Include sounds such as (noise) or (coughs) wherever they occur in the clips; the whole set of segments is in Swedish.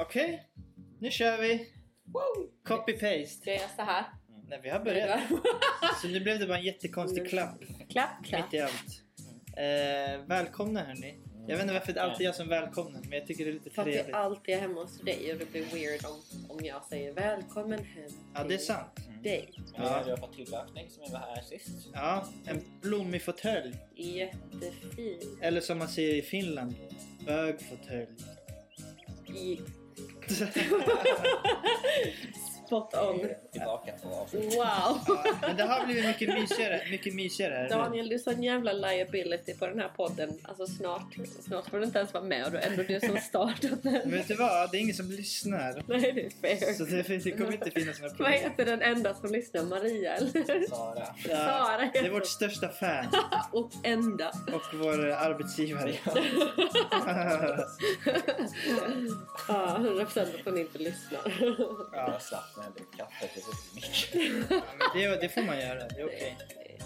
Okej, nu kör vi! Wow! Copy-paste! Ska jag göra så här? Nej, vi har börjat. Så nu blev det bara en jättekonstig klapp (laughs) klapp, klapp. mitt i allt. Eh, välkomna hörni! Jag vet inte varför det är alltid jag som välkomnar, men jag tycker det är lite För att jag trevligt. alltid är hemma hos dig och det blir weird om, om jag säger välkommen hem Ja, det är till sant. dig. Ja. Men ja. du har fått tillökning som vi var här sist. Ja, en blommig fåtölj. Jättefin. Eller som man säger i Finland, bög fåtölj. I spot on. Tillbaka två avsnitt. (laughs) Wow! Ja, men det har blivit mycket mysigare. Mycket mysigare här. Daniel, du är sån jävla liability på den här podden. Alltså snart, snart får du inte ens vara med och det är ändå du som Men (laughs) startat den. vet du vad? Det är ingen som lyssnar. Nej, det är Så fair. det, finns- det kommer inte finnas några Vad problem. heter den enda som lyssnar? Maria, eller? Sara. Ja, Sara det är heter vårt största fan Och enda. och vår arbetsgivare. Ja, 100 procent att hon inte lyssnar. (laughs) Jag slapp när jag drack kaffe precis i micken. Ja, men det, det får man göra. Det är okej.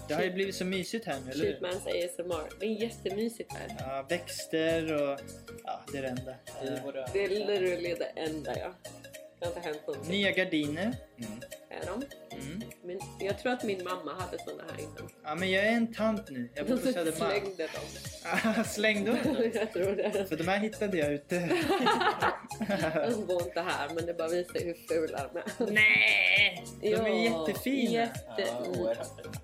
Det har ju blivit så mysigt här nu, eller hur? Shootmans ASMR. Det är jättemysigt här. Ja, växter och... Ja, det är det enda. I Eh, våra... Det är literally det enda jag... Det har inte hänt någonting Nya gardiner. Mm. med dem. Mm. Men jag tror att min mamma hade såna här innan. Ja, men jag är en tant nu. Jag (laughs) bor på Så Södermalm. slängde dem. Ah, (laughs) Släng dem (laughs) då. jag tror det. För de här hittade jag ute. De bor inte här men det bara visar hur fula de är. Nej! De är Ja, jättefina. Jätte... Ja, oerhört fina.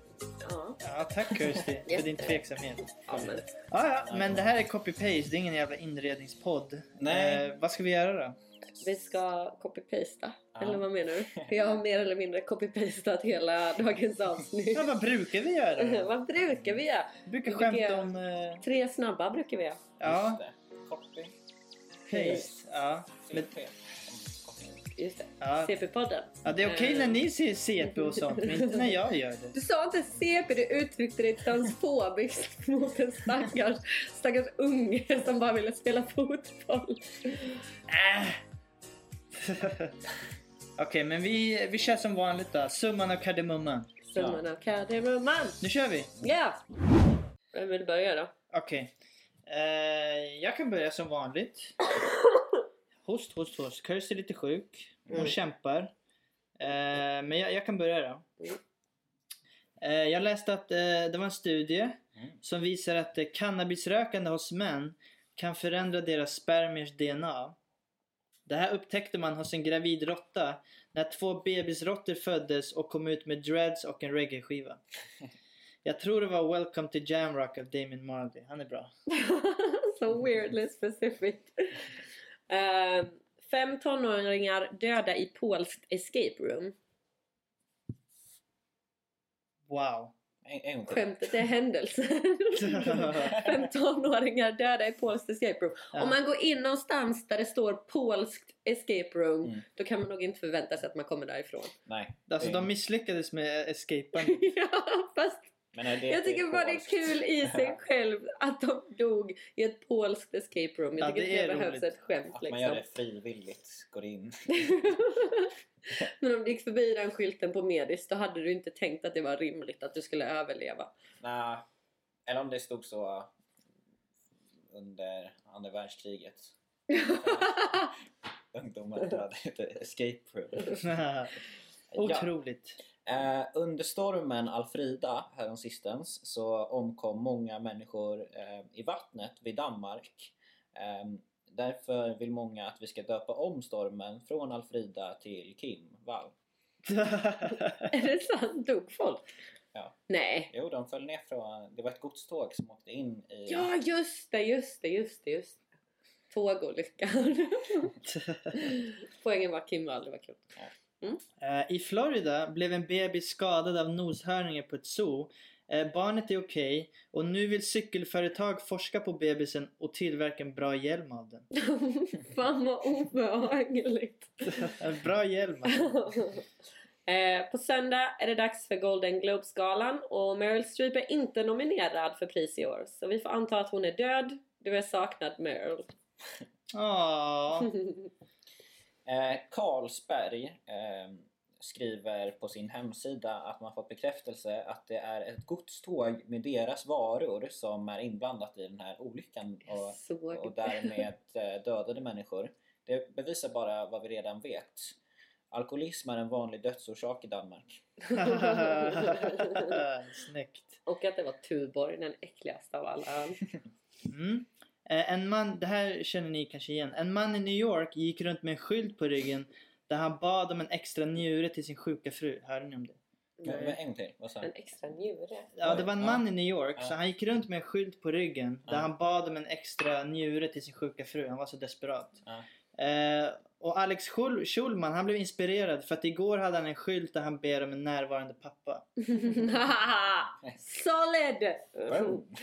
Ja, Ja, tack Kirsty för din Jätte. tveksamhet. ja, men Ja, ja, men det här är copy-paste. Det är ingen jävla inredningspodd. Nej. Eh, vad ska vi göra då? vi ska copy-pasta. Ja. Eller vad menar (laughs) du? Jag har mer eller mindre copy-pastat hela dagens avsnitt. Ja, vad brukar vi göra? (laughs) Vad brukar vi göra? Vi brukar Vi brukar skämta göra- om... eh, Tre snabba brukar vi göra. ja, Just det. Copy. paste. Ja. Men, CP. Mm, copy. Just det. ja. CP-podden. ja, det är Eh. okej när ni ser CP och sånt, men inte när jag gör det. (laughs) Du sa inte CP, du uttryckte dig transfobiskt (laughs) mot en stackars, stackars unge som bara ville spela fotboll. Äh. (laughs) Okej, men vi, vi kör som vanligt då. Summan av kardemumman. Summan av kardemumman. Nu kör vi! Ja! Vem vill börja (laughs) då? Okej. Eh, jag kan börja som (laughs) vanligt. Host, host, host. Kirsty är lite sjuk. Hon Mm. kämpar. Eh, men jag, jag kan börja då. Mm. Eh, jag läste att eh, det var en studie Mm. som visar att eh, cannabisrökande hos män kan förändra deras spermiers DNA. Det här upptäckte man hos en gravid råtta när två bebisråttor föddes och kom ut med dreads och en reggae-skiva. Jag tror det var Welcome to Jamrock av Damien Marley. Han är bra. so weirdly specific. Ehm, fem tonåringar döda i polskt escape room. Wow. En, en gång till. Skämtet (laughs) är händelsen. Fem tonåringar döda i polskt escape room. Ja. Om man går in någonstans där det står polskt escape room, Mm. då kan man nog inte förvänta sig att man kommer (laughs) därifrån. Nej. alltså det är- de misslyckades med escapen. (laughs) ja, fast Men är Mm. det jag tycker bara det är polskt? kul i (laughs) sig själv att de dog i ett polskt escape room. Jag Ja, tycker det inte är det behövs roligt. ett skämt Att man gör liksom. (laughs) det frivilligt, går in. Men om du gick förbi den skylten på Medis, då hade du inte tänkt att det var rimligt att du skulle överleva. Nej. Eller om det stod så under andra världskriget. Ungdomar dödade ett escape room. Otroligt. (laughs) Eh, under stormen Alfrida häromsistens så omkom många människor eh, i vattnet vid Danmark. Eh, därför vill många att vi ska döpa om stormen från Alfrida till Kim Wall. (laughs) Är det sant? Dog folk? Ja. Nej. Jo, de föll ner från... Det var ett godståg som åkte in i... Ja, just det, just det, just det, just det. Tågolyckan. (laughs) Poängen var Kim Wall, det var kul. Eh, I Florida blev en bebis skadad av noshörningar på ett zoo. Eh, barnet är okej och nu vill cykelföretag forska på bebisen och tillverka en bra hjälm av den. (laughs) (laughs) Fan vad obehagligt. En bra hjälm! alltså. (laughs) eh, på söndag är det dags för Golden Globes-galan och Meryl Streep är inte nominerad för pris i år. Så vi får anta att hon är död. Du är saknad Meryl. Åh, (laughs) (laughs) Eh, Carlsberg eh, skriver på sin hemsida att man fått bekräftelse att det är ett godståg med deras varor som är inblandat i den här olyckan och, Såg och därmed eh, dödade människor. Det bevisar bara vad vi redan vet. Alkoholism är en vanlig dödsorsak i Danmark. Snyggt. Och att det var Tuborg, den äckligaste av alla öl. Mm. Eh, En man, det här känner ni kanske igen. En man i New York gick runt med en skylt på ryggen där han bad om en extra njure till sin sjuka fru. Hörde ni om det? Men, Nej. (laughs) men en till, vad sa En du? (laughs) extra njure. Ja, Oj, det var en ja. man i New York, så Ja. han gick runt med en skylt på ryggen där Ja. han bad om en extra njure till sin sjuka fru. Han var så desperat. Ja. Eh, och Alex Schul- Schulman, han blev inspirerad för att igår hade han en skylt där han ber om en närvarande pappa. (laughs) Solid! Boom.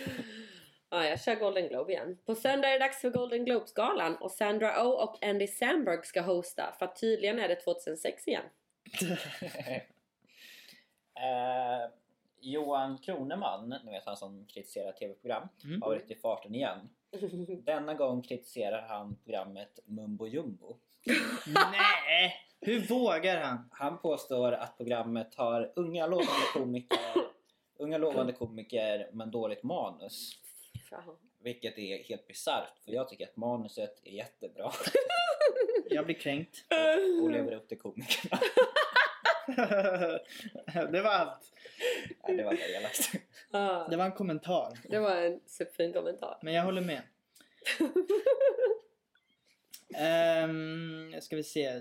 ja, jag kör Golden Globe igen. På söndag är det dags för Golden Globes-galan och Sandra Oh och Andy Samberg ska hosta för att tydligen är det 2006 igen. eh, Johan Kroneman, ni vet han som kritiserar tv-program, Mm. har varit i farten igen. Denna gång kritiserar han programmet Mumbo Jumbo. Nej! Hur vågar han? Han påstår att programmet har unga lovande komiker, unga lovande komiker men dåligt manus. Fan. Vilket är helt bisarrt för jag tycker att manuset är jättebra (laughs) Jag blir kränkt. (laughs) (laughs) och lever upp till komikerna. det var allt. Nej, det var det elakt. Ja, Det var en kommentar. det var en superfin kommentar. (laughs) Men jag håller med. Ehm, ska vi se.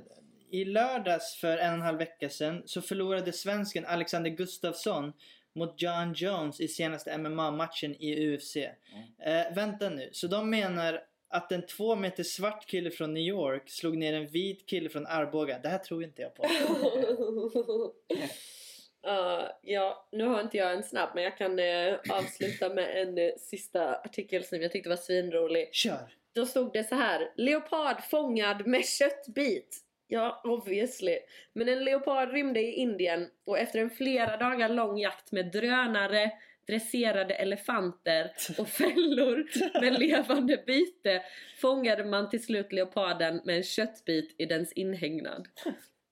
I lördags för en och en halv vecka sedan så förlorade svensken Alexander Gustafsson mot John Jones i senaste MMA-matchen i UFC. Mm. Eh, vänta nu, så de menar att en två meter svart kille från New York slog ner en vit kille från Arboga. Det här tror inte jag på. Ja, ja, nu har inte jag en snabb men jag kan eh, avsluta med en eh, sista artikel som jag tyckte var svinrolig. Kör! Då stod det så här. Leopard fångad med köttbit. Ja, obviously. Men en leopard rymde i Indien och efter en flera dagar lång jakt med drönare, dresserade elefanter och fällor med levande byte fångade man till slut leoparden med en köttbit i dens inhägnad.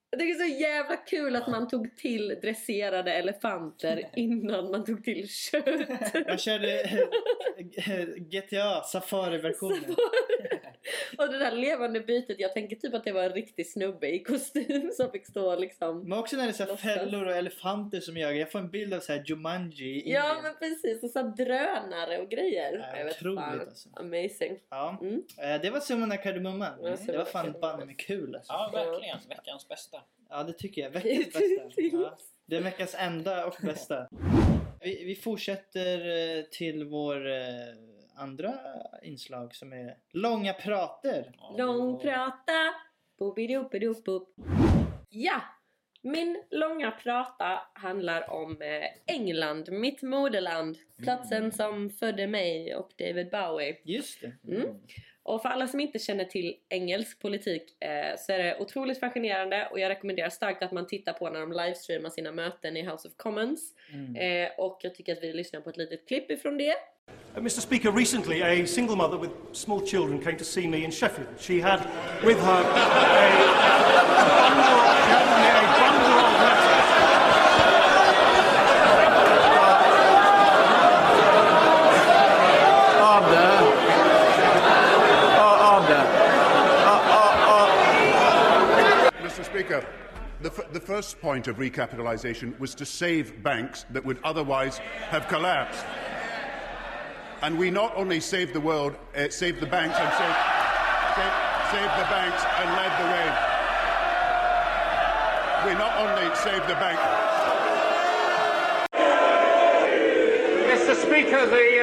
Jag tycker det är så jävla kul att man tog till dresserade elefanter innan man tog till kött. Jag körde eh, GTA Safari-versionen. och det där levande bytet, jag tänker typ att det var en riktig snubbe i kostym som fick stå liksom. Men också när det är så här Låtsas. fällor och elefanter som jagar. Jag får en bild av så här Jumanji i Ja Indien. men precis, och så här drönare och grejer. Ja, Jag vet Otroligt fan. alltså. Amazing. Ja. Mm. Eh, Det var summan av kardemumman. Ja, summan Det var av fan kardemumman. banne mig kul alltså. Ja, verkligen. Veckans bästa. Ja det tycker (laughs) jag. Veckans bästa. Ja. Det är veckans enda och (laughs) bästa. Vi, vi fortsätter eh, till vår eh, andra inslag som är långa prater. Ja, vi får- Långprata! Boobidoopidoop. Ja! Min långa prata handlar om eh, England, mitt moderland. Platsen Mm. som födde mig och David Bowie. Just det. Mm. Och för alla som inte känner till engelsk politik eh, så är det otroligt fascinerande och jag rekommenderar starkt att man tittar på när de livestreamar sina möten i House of Commons. Mm. Eh, och jag tycker att vi lyssnar på ett litet klipp ifrån det. Uh, Mr. Speaker, recently a single mother with small children came to see me in Sheffield. She had with her (laughs) a bundle, pardon me, a bundle of letters. Arm there. Oh, arm there. Oh, Mr. Speaker, the, f- the first point of recapitalisation was to save banks that would otherwise have collapsed. And we not only saved the world, uh, saved the banks, and saved, saved, saved the banks and led the way. We not only saved the banks. Mr. Speaker, the,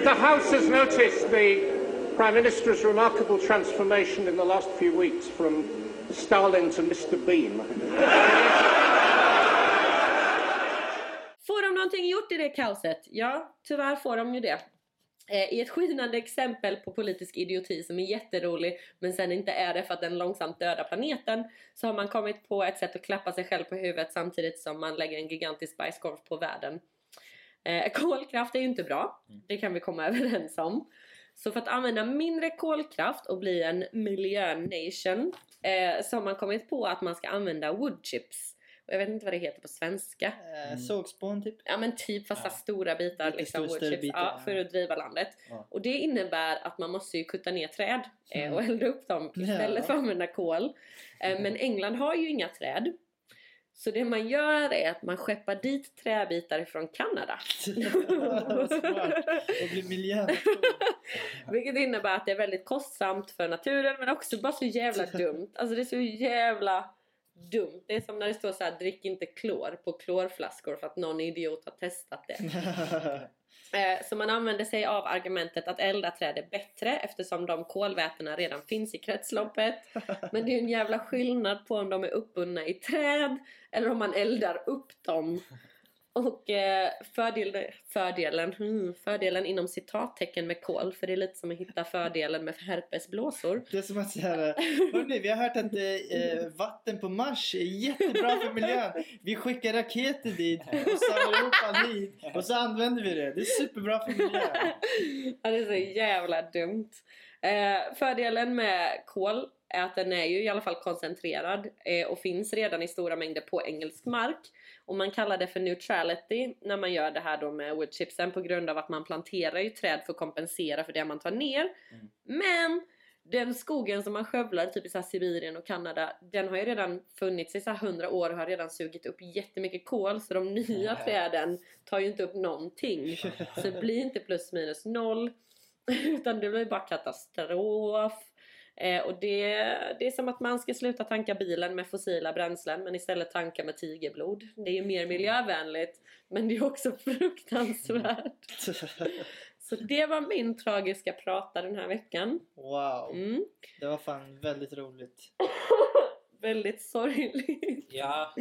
uh, the House has noticed the Prime Minister's remarkable transformation in the last few weeks from Stalin to Mr. Bean. Får de någonting gjort i det kaoset? Ja, tyvärr får de ju det. Eh, I ett skinande exempel på politisk idioti som är jätterolig men sen inte är det för att den långsamt dödar planeten så har man kommit på ett sätt att klappa sig själv på huvudet samtidigt som man lägger en gigantisk bajskorv på världen. Eh, kolkraft är ju inte bra, det kan vi komma (laughs) överens om. Så för att använda mindre kolkraft och bli en miljönation eh, så har man kommit på att man ska använda woodchips. Och jag vet inte vad det heter på svenska. Eh, Sågspån (laughs) typ. (laughs) Ja men typ fast Ja. så här stora bitar, Lite liksom, stor- wood större chips, bitar, ja, ja. för att driva landet. Ja. Och det innebär att man måste ju kutta ner träd eh, och elda upp dem Mm. istället Ja. Mm. för att använda kol. Eh, men England har ju inga träd. Så det man gör är att man skeppar dit träbitar från Kanada. Smart. Och blir (laughs) miljönation. Vilket innebär att det är väldigt kostsamt för naturen men också bara (laughs) så jävla dumt. Alltså det är så jävla dumt. Det är som när det står så här: drick inte klor på klorflaskor för att någon idiot har testat det. Eh, Så man använder sig av argumentet att elda träd är bättre eftersom de kolvätena redan finns i kretsloppet. Men det är ju en jävla skillnad på om de är uppbundna i träd eller om man eldar upp dem. Och eh, fördel, fördelen, hmm, fördelen inom citattecken med kol, för det är lite som att hitta fördelen med herpesblåsor. Det är som att säga Hörni, vi har hört att eh, vatten på Mars är jättebra för miljön. Vi skickar raketer dit och samlar ihop all hit och så använder vi det. Det är superbra för miljön. (laughs) Ja, det är så jävla dumt. Eh, fördelen med kol är att den är ju i alla fall koncentrerad eh, och finns redan i stora mängder på engelsk mark. Och man kallar det för neutrality när man gör det här då med woodchipsen på grund av att man planterar ju träd för att kompensera för det man tar ner. Men den skogen som man skövlar, typ i så här Sibirien och Kanada, den har ju redan funnits i så här 100 år och har redan sugit upp jättemycket kol så de nya träden tar ju inte upp någonting. Så det blir inte plus minus noll. (laughs) Utan det blir bara katastrof. Eh, och det, det är som att man ska sluta tanka bilen med fossila bränslen men istället tanka med tigerblod. Det är ju mer miljövänligt men det är också fruktansvärt. Så det var min tragiska prata den här veckan. Wow, Mm. det var fan väldigt roligt. Väldigt sorgligt. Ja,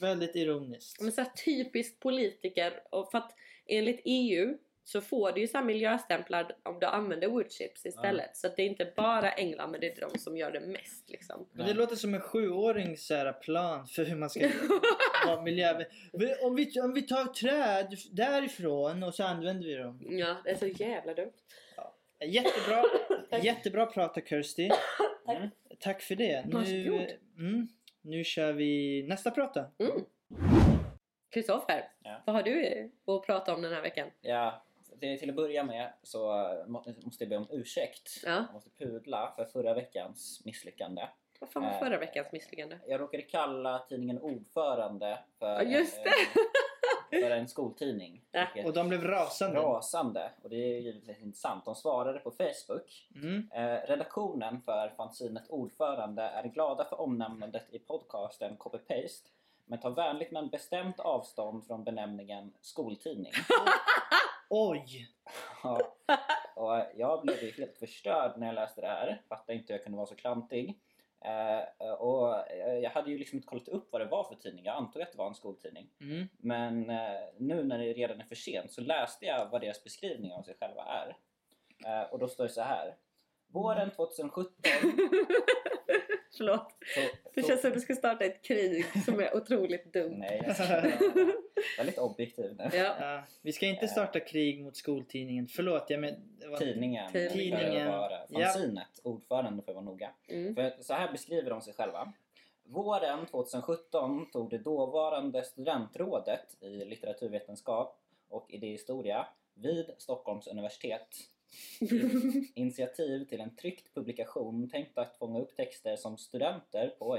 Väldigt ironiskt. Men så här typiskt politiker. Och för att enligt EU så får du ju så här miljöstämplar om du använder woodchips istället. Så att det är inte bara England men det är de som gör det mest liksom. Men det låter som en sjuårings så här plan för hur man ska vara (laughs) miljövän. Vi- Om vi, om vi tar träd därifrån och så använder vi dem. Ja, det är så jävla dumt. (laughs) Jättebra, jättebra prata Kirsty. Mm. Tack för det. Varsågod. Nu, mm, nu kör vi nästa prata. Kristoffer, Ja. vad har du att prata om den här veckan? Ja, det, till att börja med så eh, må- måste jag be om ursäkt. Ja. Jag måste pudla för förra veckans misslyckande. Vad fan var Eh, förra veckans misslyckande? (laughs) Jag råkade kalla tidningen Ordförande för, Ja, just En, för en skoltidning. Ja. vilket Och de blev rasande. rasande. Och det är givetvis inte sant. De svarade på Facebook. Mm. Eh, redaktionen för fanzinet Ordförande är glada för omnämnandet i podcasten Copy-Paste men tar vänligt men bestämt avstånd från benämningen skoltidning. Oj! Ja. Och eh, jag blev ju helt förstörd när jag läste det här. Fattade inte hur jag kunde vara så klantig. Eh, och eh, jag hade ju liksom inte kollat upp vad det var för tidning. Jag antog att det var en skoltidning. Mm. Men eh, nu när det redan är för sent så läste jag vad deras beskrivning av sig själva är. Eh, och då står det så här. Våren 2017 Förlåt. så, Det så- känns som att du ska starta ett krig som är otroligt (laughs) dumt. Nej, (laughs) jag ska vara väldigt objektiv nu. Ja. Ja, vi ska inte starta krig mot skoltidningen. Förlåt, jag men... det var- Tidningen. Tidningen. för att vara- Ja. Fanzinet. Ordförande för att vara noga. Mm. För så här beskriver de sig själva. Våren 2017 tog det dåvarande studentrådet i litteraturvetenskap och idéhistoria vid Stockholms universitet (laughs) initiativ till en tryckt publikation tänkt att fånga upp texter som studenter på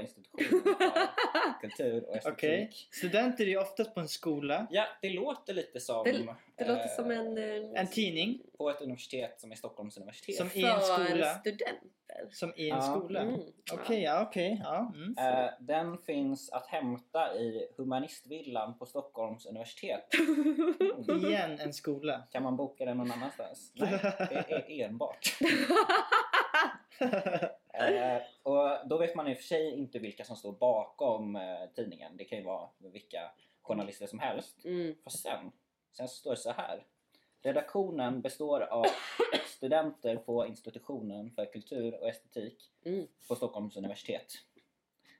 (laughs) institutionen för kultur och estetik. Okej. Studenter är ju oftast på en skola, Ja, det låter lite som... Det- Det låter eh, som en... eh, en tidning, På ett universitet som är Stockholms universitet. Som- i en för skola. studenter. som i en Ja. skola. Mm. Okej, ja okej. ja, mm. Eh, den finns att hämta i Humanistvillan på (laughs) Stockholms universitet. Mm. Igen en skola. Kan man boka den någon annanstans? Nej, det (laughs) är enbart. eh, och då vet man i och för sig inte vilka som står bakom eh, tidningen. Det kan ju vara vilka journalister som helst. Mm. Fast sen, sen så står det så här. Redaktionen består av (coughs) studenter på institutionen för kultur och estetik Mm. på Stockholms universitet.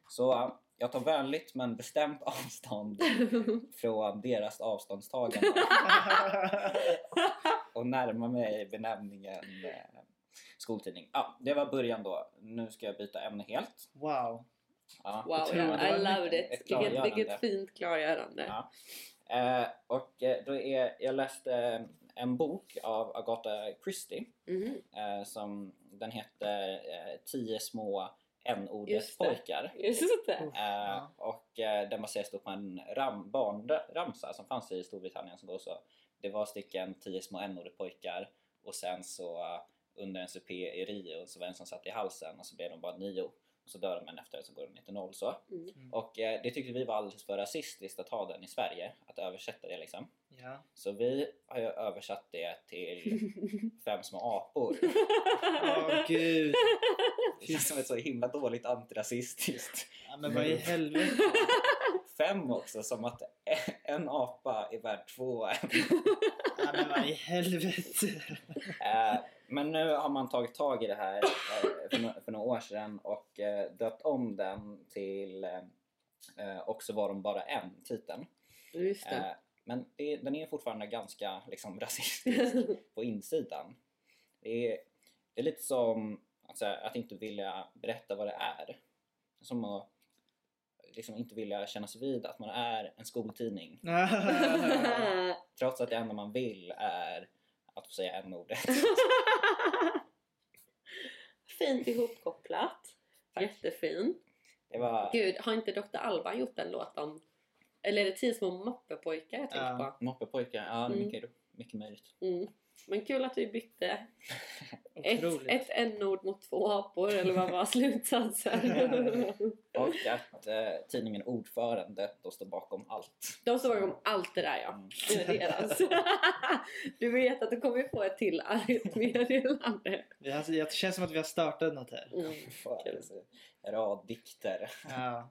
Så jag tar vänligt men (laughs) bestämt avstånd från deras avståndstagande och närmar mig benämningen eh, skoltidning. Ja, det var början då. Nu ska jag byta ämne helt. Wow. Ja, Wow, otroligt. yeah, I loved it. Ett Vilket, vilket klargörande. fint klargörande. Ja. Eh, och eh, då är, jag läste eh, en bok av Agatha Christie Mhm, eh, som den heter eh, 10 små n-ordets Just det. pojkar. Just det. Eh, Ja. och eh, den baseras då på en ram, barnramsa som fanns i Storbritannien som då så det var stycken 10 små n-ordets pojkar och sen så eh, under en supé i Rio så var det en som satt i halsen och så blev de bara nio och så dör de en efter så går de ner till noll så. Mm. Och eh, det tyckte vi var alldeles för rasistiskt att ha den i Sverige, att översätta det liksom. (laughs) Ja. Så vi har ju översatt det till fem små apor. Åh gud. Det känns som ett så himla dåligt antirasistiskt. Ja, men vad i Mm. helvete. Fem också, som att (laughs) en apa är värd två. Ja, men vad i (laughs) helvete. Eh, Men nu har man tagit tag i det här eh, för nå- för några år sedan och eh, döpt om den till eh, Och så var de bara en, titeln. Just det. Eh, Men det, den är fortfarande ganska liksom, rasistisk på insidan. Det är, det är lite som att, så här, att inte vilja berätta vad det är. Som att liksom, inte vilja kännas vid att man är en skoltidning. Trots att det enda man vill är att få säga en ordet (laughs) Fint ihopkopplat. Jättefint. Det var Gud, har inte Dr. Alban gjort en låt om... Eller är det tio små moppepojkar jag tänker Ja. på? moppepojkar. Ja, det är Mm. mycket, mycket möjligt. Mm. Men kul att vi bytte ett, Otroligt. ett n-ord mot två apor eller vad var (laughs) (laughs) slutsatsen? Och att eh, tidningen Ordförande då står bakom allt. De såg om allt det där ja. Mm. Det är deras. (laughs) Du vet att du kommer få ett till argt meddelande. Vi har, det känns som att vi har startat något här. Mm. För, raddikter. Ja.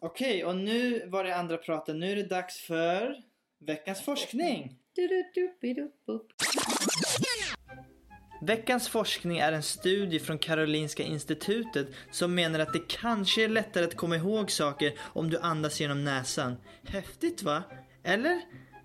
Okej, och nu var det andra praten. Nu är det dags för veckans forskning. Du, du, du, bi, du, bup. Veckans forskning är en studie från Karolinska institutet som menar att det kanske är lättare att komma ihåg saker om du andas genom näsan. Häftigt va? Eller?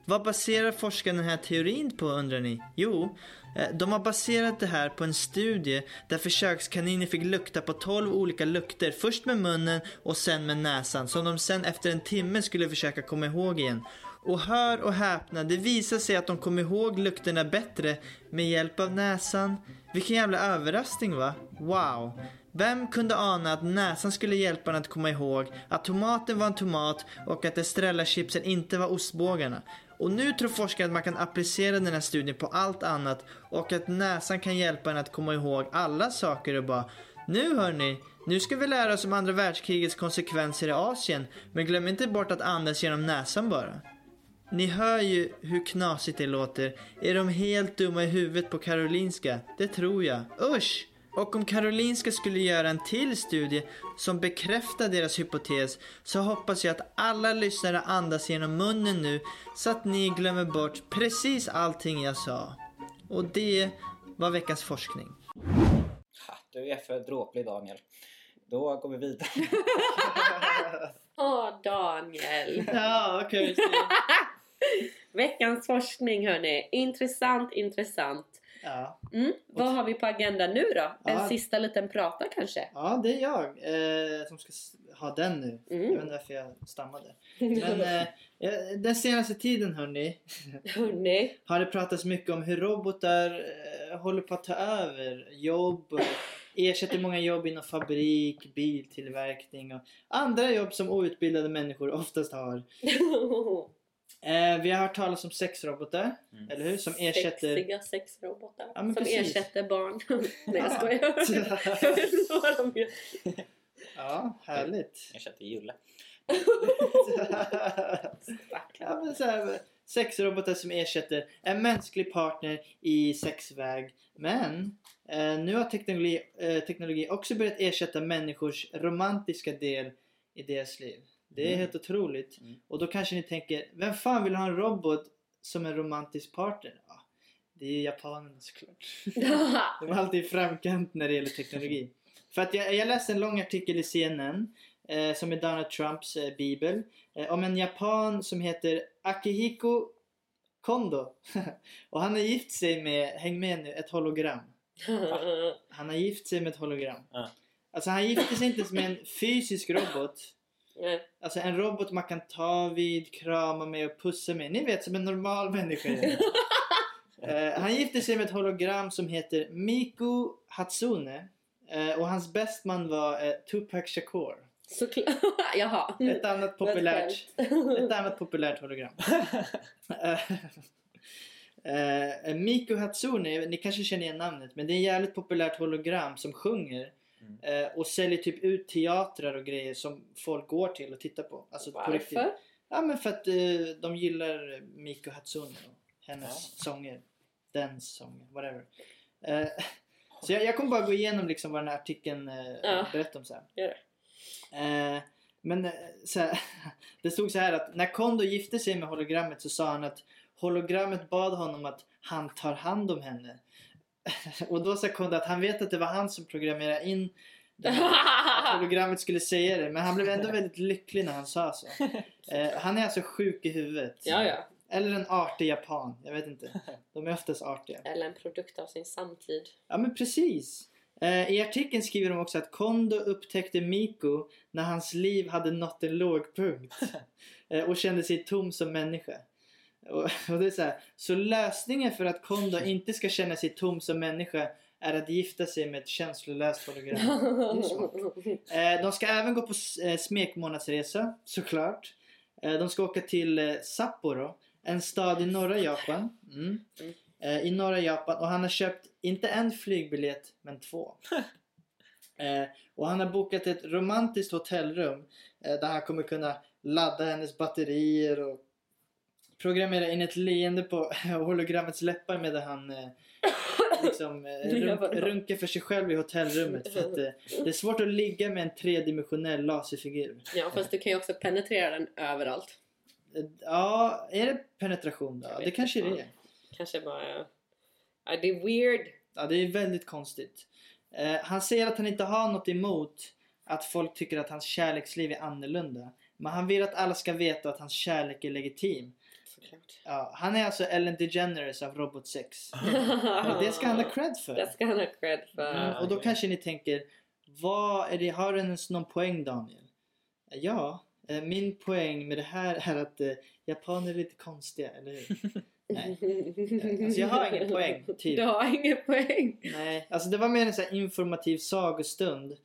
Vad baserar forskarna den här teorin på undrar ni? Jo, eh, de har baserat det här på en studie där försökskaniner fick lukta på 12 olika lukter, först med munnen och sen med näsan, som de sen efter en timme skulle försöka komma ihåg igen. Och hör och häpna, det visar sig att de kommer ihåg lukterna bättre med hjälp av näsan. Vilken jävla överraskning va? Wow! Vem kunde ana att näsan skulle hjälpa en att komma ihåg att tomaten var en tomat och att Estrella-chipsen inte var ostbågarna? Och nu tror forskare att man kan applicera den här studien på allt annat och att näsan kan hjälpa en att komma ihåg alla saker och bara nu hörni, nu ska vi lära oss om andra världskrigets konsekvenser i Asien men glöm inte bort att andas genom näsan bara. Ni hör ju hur knasigt det låter. Är de helt dumma i huvudet på Karolinska? Det tror jag. Usch! Och om Karolinska skulle göra en till studie som bekräftar deras hypotes så hoppas jag att alla lyssnare andas genom munnen nu så att ni glömmer bort precis allting jag sa. Och det var veckans forskning. Ha, Du är för dråplig Daniel. Då går vi vidare. Åh, Daniel. Ja, okej. Veckans forskning hörni. Intressant, intressant. ja. Mm. Vad har vi på agendan nu då? En Ja. sista liten prata kanske? ja, det är jag eh, som ska s- ha den nu. Jag vet Mm. inte varför jag stammade. Men eh, eh, den senaste tiden hörni Hörni. har det pratats mycket om hur robotar eh, håller på att ta över jobb och ersätter många jobb inom fabrik, biltillverkning och andra jobb som outbildade människor oftast har. Eh, vi har hört talas om sexrobotar, eller hur? Som ersätter... Sexiga sexrobotar. Ja, men som precis. ersätter barn. (laughs) Nej jag (laughs) skojar. jag vet inte vad de gör. Ja, härligt. Jag köpte Julle. (laughs) ja, men så här, sexrobotar som ersätter en mänsklig partner i sexväg. Men eh, nu har teknologi, eh, teknologi också börjat ersätta människors romantiska del i deras liv. Det är helt otroligt. Och då kanske ni tänker, vem fan vill ha en robot som en romantisk partner? Ja, det är ju japanerna såklart. De är alltid i framkant när det gäller teknologi. För att jag, jag läste en lång artikel i CNN eh, som är Donald Trumps eh, bibel eh, om en japan som heter Akihiko Kondo. (laughs) och han har gift sig med, häng med nu, ett hologram. Han har gift sig med ett hologram. Ja. Alltså han gifte sig inte ens med en fysisk robot. Nej. Alltså en robot man kan ta vid, krama med och pussa med. Ni vet som en normal människa. Eh, han gifte sig med ett hologram som heter Miku Hatsune. Eh, och hans bästman var eh, Tupac Shakur. (laughs) Såklart. Jaha. Ett annat populärt, ett annat populärt hologram. Eh, eh, Miku Hatsune, ni kanske känner igen namnet, men det är ett jävligt populärt hologram som sjunger. eh, Och säljer typ ut teatrar och grejer som folk går till och tittar på. Alltså, på riktigt. Varför? Ja men för att eh, de gillar Miko Hatsune och hennes sånger. Dens sånger, whatever. Eh, (laughs) så jag, jag kommer bara gå igenom liksom vad den här artikeln eh, Ja. berättar om sen. Gör det. Eh, men eh, så här, (laughs) det stod så här att när Kondo gifte sig med hologrammet så sa han att hologrammet bad honom att han tar hand om henne. (laughs) Och då sa Kondo att han vet att det var han som programmerade in det här att (laughs) hologrammet skulle säga det men han blev ändå väldigt lycklig när han sa så. Eh, han är alltså sjuk i huvudet. Ja, ja. Eller en artig japan, jag vet inte. De är oftast artiga. Eller en produkt av sin samtid. Ja men precis. Eh, I artikeln skriver de också att Kondo upptäckte Miko när hans liv hade nått en lågpunkt eh, och kände sig tom som människa. Och, (laughs) och det är så, här, så lösningen för att Kondo inte ska känna sig tom som människa är att gifta sig med ett känslolöst hologram. Det är smart. Eh, de ska även gå på s- eh, smekmånadsresa, såklart. Eh, de ska åka till eh, Sapporo, en stad i norra Japan. Mm. Eh, I norra Japan och han har köpt inte en flygbiljett, men två. Eh, och han har bokat ett romantiskt hotellrum eh, där han kommer kunna ladda hennes batterier och programmera in ett leende på (laughs) hologrammets läppar medan han eh, liksom, eh, runk, runkar för sig själv i hotellrummet. För att, eh, det är svårt att ligga med en tredimensionell laserfigur. Ja, fast du kan ju också penetrera den överallt. Eh, Ja, är det penetration då? Jag vet Det kanske inte. det är. Kanske bara... Ja, det är weird. Ja, det är väldigt konstigt. Eh, han säger att han inte har något emot att folk tycker att hans kärleksliv är annorlunda. Men han vill att alla ska veta att hans kärlek är legitim. Såklart. Ja, han är alltså Ellen DeGeneres av Robot (laughs) 6. Och det ska han ha cred för. Det ska han ha cred Mm, för. och då kanske ni tänker, vad är det, har den ens någon poäng Daniel? Ja, eh, min poäng med det här är att eh, japaner är lite konstiga, eller hur? Nej. Alltså jag har (laughs) ingen poäng, typ. Du har ingen poäng. (laughs) Nej, alltså det var mer en så här informativ sagostund.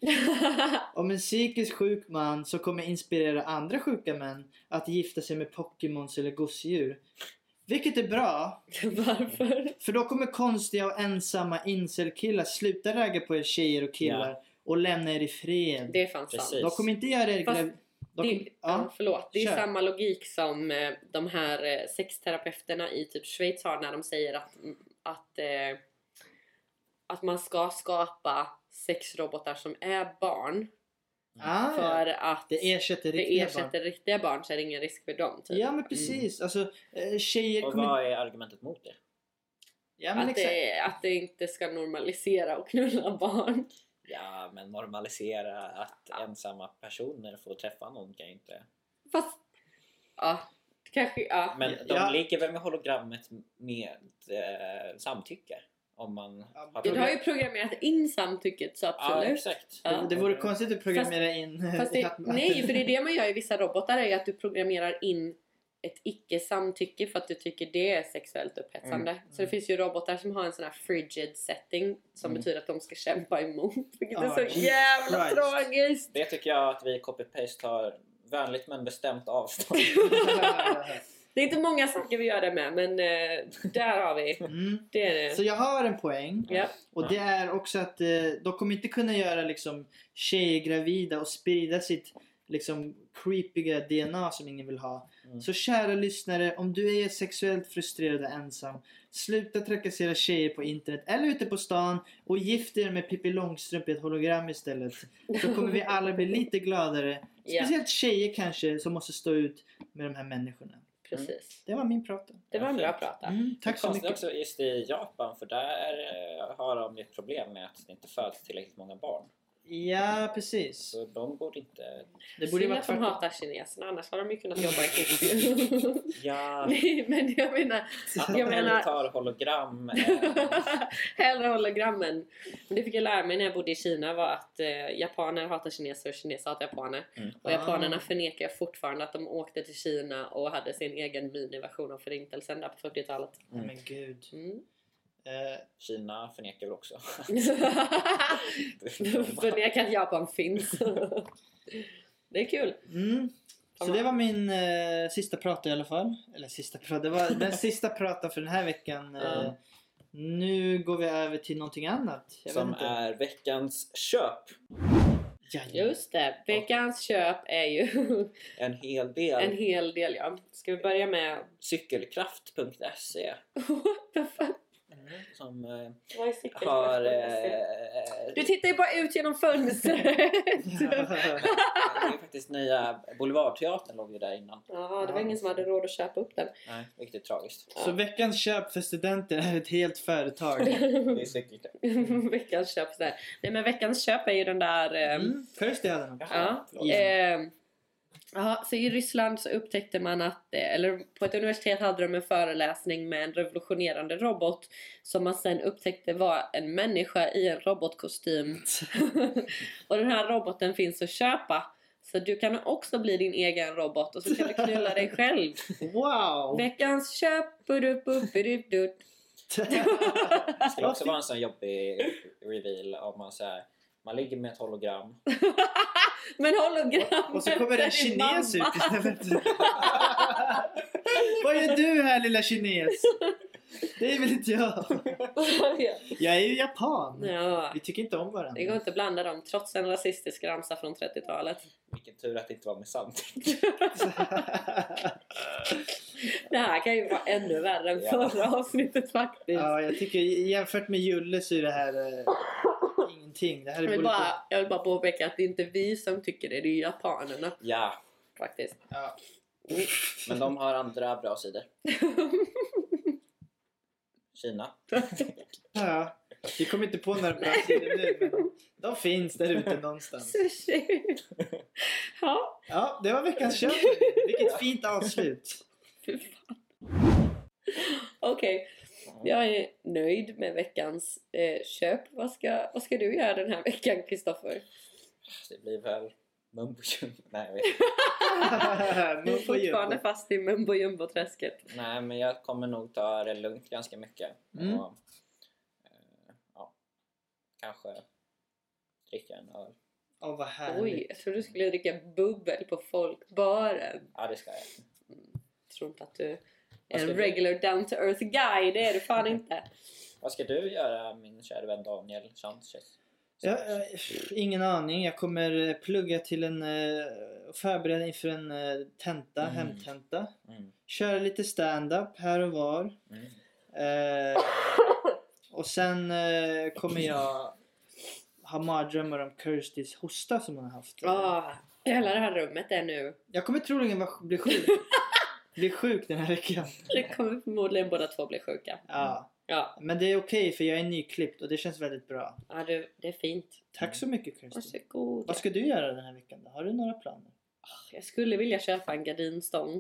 Om en psykiskt sjuk man som kommer inspirera andra sjuka män att gifta sig med Pokémons eller gosedjur. Vilket är bra, Varför? för då kommer konstiga och ensamma incelkillar sluta ragga på er tjejer och killar och lämna er i fred. Det är fan sant. Precis. De kommer inte göra er... Fast grav- de Det, kommer- ja. förlåt. Det är kör. samma logik som eh, de här eh, sexterapeuterna i typ Schweiz har när de säger att, att, eh, att man ska skapa sexrobotar som är barn Ah, för att Det ersätter det riktiga ersätter barn. riktiga barn så är det ingen risk för dem. Typ. Ja men precis, alltså eh, tjejer Och kommer... vad är argumentet mot det? Ja men Att exakt. det, att det inte ska normalisera och knulla barn. Ja, men normalisera att ensamma personer får träffa någon kan ju inte... Fast... Ja, kanske... Ja. Men de Ja. ligger väl med hologrammet med eh, samtycke? Om man Ja, har det Du har program- ju programmerat in samtycket så Ja, absolut. exakt. Ja. Det vore konstigt att programmera in... eh, (laughs) Fast det, att- nej, för det är det man gör i vissa robotar är ju att du programmerar in ett icke-samtycke för att du tycker det är sexuellt upphetsande. Mm, Så det finns ju robotar som har en sån här frigid setting som betyder att de ska kämpa emot. (laughs) Vilket Mm. Ja, är så Jesus jävla Christ. tragiskt! Det tycker jag att vi i copy-paste tar vänligt men bestämt avstånd Det är inte många saker vi gör det med men eh, där har vi. Mm. Det är (laughs) det. Så jag har en poäng. Ja. Och det är också att eh, de kommer inte kunna göra liksom, tjejer gravida och sprida sitt liksom creepiga DNA som ingen vill ha. Så kära lyssnare, om du är sexuellt frustrerad och ensam, sluta trakassera tjejer på internet eller ute på stan och gift er med Pippi Långstrump i ett hologram istället. Så kommer vi alla bli lite gladare. Ja. Speciellt tjejer kanske som måste stå ut med de här människorna. Precis. Det var min prata. Det var en bra prata. Mm, tack så Konstigt mycket. också just i Japan för där eh, har de ju ett problem med att det inte föds tillräckligt många barn. Ja, precis. Så de borde inte... Det borde ju Synd vara att de tvärtom. hatar kineserna, annars hade de ju kunnat jobba (laughs) ihop. Ja, (laughs) Nej, (laughs) men jag menar... att de Jag hellre menar tar hologram. Eh, (laughs) hellre hologrammen. Men det fick jag lära mig när jag bodde i Kina var att eh, japaner hatar kineser och kineser hatar japaner. Mm. Och Ah. japanerna förnekar fortfarande att de åkte till Kina och hade sin egen miniversion av förintelsen där på 40-talet. Nej, men gud. Mm. (laughs) Eh, Kina förnekar väl också. (laughs) Förnekar att Japan finns. (laughs) det är kul. mm. Så det var min eh, sista prata i alla fall. Eller sista prata, det (laughs) var den sista pratan för den här veckan. Eh, Ja. Nu går vi över till någonting annat. Jag Som vet inte. är veckans köp. Jajamän. Just det, veckans köp är ju (laughs) En hel del. en hel del ja. Ska vi börja med... (laughs) Cykelkraft.se E. som eh, Vad är cykeln? har... Eh, Du tittar ju bara ut genom fönstret! det är faktiskt nya Boulevardteatern låg ju där innan. (laughs) Ja, det var ingen som hade råd att köpa upp den. Nej, vilket är tragiskt. Så veckans köp för studenter är ett helt (laughs) företag. Det är cykelkraft. (laughs) veckans köp sådär. Nej men veckans köp är ju den där... Eh, Mm. Kirsty hade något. Ja. förlåt. Eh, ja, så i Ryssland så upptäckte man att, eh, eller på ett universitet hade de en föreläsning med en revolutionerande robot som man sen upptäckte var en människa i en (laughs) robotkostym. och den här roboten finns att köpa. Så du kan också bli din egen robot och så kan du knulla dig (laughs) själv. Wow! Veckans köp! budup, bup, budup, dut. Det skulle också vara en sån jobbig reveal om man så här, man ligger med ett hologram. Men hologram! Och så kommer en kines ut istället. (laughs) Vad gör du här lilla (laughs) kines? Det är väl inte jag. Jag är ju japan. (laughs) ja. Vi tycker inte om Det går varandra. inte att blanda dem trots en rasistisk ramsa från 30-talet. Vilken tur att det inte var med samtidigt. (laughs) Det här kan ju vara ännu värre än Ja. förra avsnittet faktiskt. Ja, jag tycker jämfört med Julle så är det här eh, ingenting. Det här är Jag vill, bara lite... bara, jag vill bara påpeka att det är inte vi som tycker det, det är ju japanerna Ja, faktiskt. Ja. men de har andra bra sidor. Kina. Ja. Vi kommer inte på några bra sidor nu, men de finns där ute någonstans. Sushi! ja, Ja, det var veckans köp. Vilket fint avslut. fy fan. Okej, jag är nöjd med veckans eh, köp. Vad ska, vad ska du göra den här veckan Kristoffer? Det blir väl mumbo jumbo. Nej, jag vet inte. Du är Muff och fortfarande jumbo. fast i mumbo jumbo-träsket. Nej, men jag kommer nog ta det lugnt ganska mycket. Mm. Och, eh, ja, kanske dricka en öl. Åh, vad härligt. Oj, jag trodde du skulle dricka bubbel på folkbaren. Ja, det ska jag. Jag tror inte att du Vad är ska en du- regular down to earth guy, det är du fan inte. Vad ska du göra min kära vän Daniel Sanchez? Ja, eh, ingen aning. Jag kommer eh, plugga till en... eh, Förbereda inför en eh, tenta, Mm. hemtenta. Mm. Köra lite stand-up här och var. Mm. Eh, och sen eh, kommer jag ha mardrömmar om Kirstys hosta som hon har haft. Ah, hela det här rummet är nu. Jag kommer troligen vara, bli (laughs) sjuk. bli sjuk den här veckan. Det kommer förmodligen båda två bli sjuka. Ja. Ja, Men det är okej för jag är nyklippt och det känns väldigt bra. ja du, det är fint. Mm. Tack så mycket Kirsty. Varsågod. Vad ska du göra den här veckan då? Har du några planer? Jag skulle vilja köpa en gardinstång.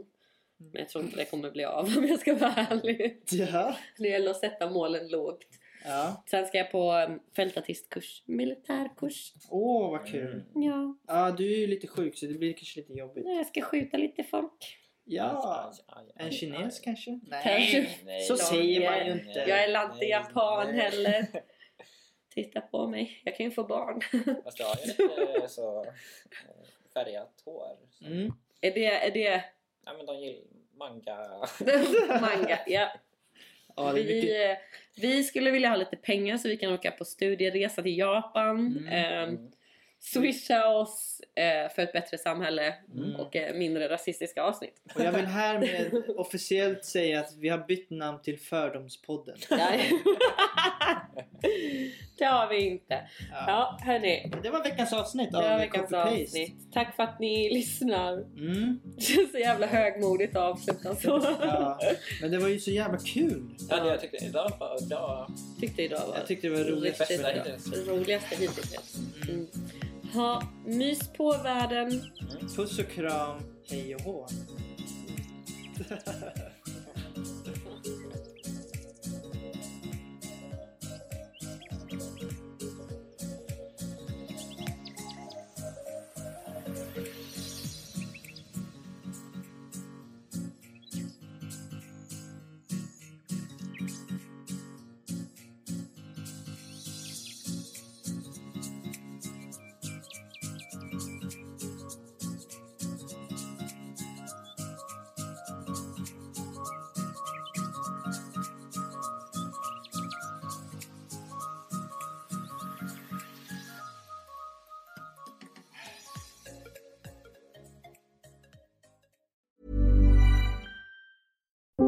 Men jag tror inte det kommer bli av (laughs) om jag ska vara ärlig. Ja. Det gäller att sätta målen lågt. Ja. Sen ska jag på um, fältartistkurs, militärkurs. Åh vad kul. Mm. Ja, Ja du är ju lite sjuk så det blir kanske lite jobbigt. jag ska skjuta lite folk. Ja. Aj, aj, aj, En kines aj. kanske? Kanske. Nej, Så Daniel. säger man ju inte. Jag är lantig Nej, japan nej. heller. Titta på mig, jag kan ju få barn. (laughs) (laughs) Fast jag har ju lite så eh, färgat hår. Så. Mm. Är det, är det (laughs) Nej men de gillar manga. manga? Ja. Ja, det är mycket... Vi, eh, vi skulle vilja ha lite pengar så vi kan åka på studieresa till Japan. Mm. Ehm, Mm. Swisha oss eh, för ett bättre samhälle Mm. och eh, mindre rasistiska avsnitt. Och jag vill härmed officiellt säga att vi har bytt namn till Fördomspodden. Nej. (laughs) det har vi inte. Ja, hörni. (laughs) Det var veckans avsnitt Det var av veckans Copy Paste. avsnitt. Tack för att ni lyssnar. Mm, (laughs) Det känns så jävla högmodigt att avsluta så. ja. Men det var ju så jävla kul. Ja, jag tyckte idag var bra. Tyckte idag var Jag tyckte det var roligt. riktigt Bästa bra. hittills. roligaste hittills. Mm. Ha mys på världen. Puss och kram, hej och hå.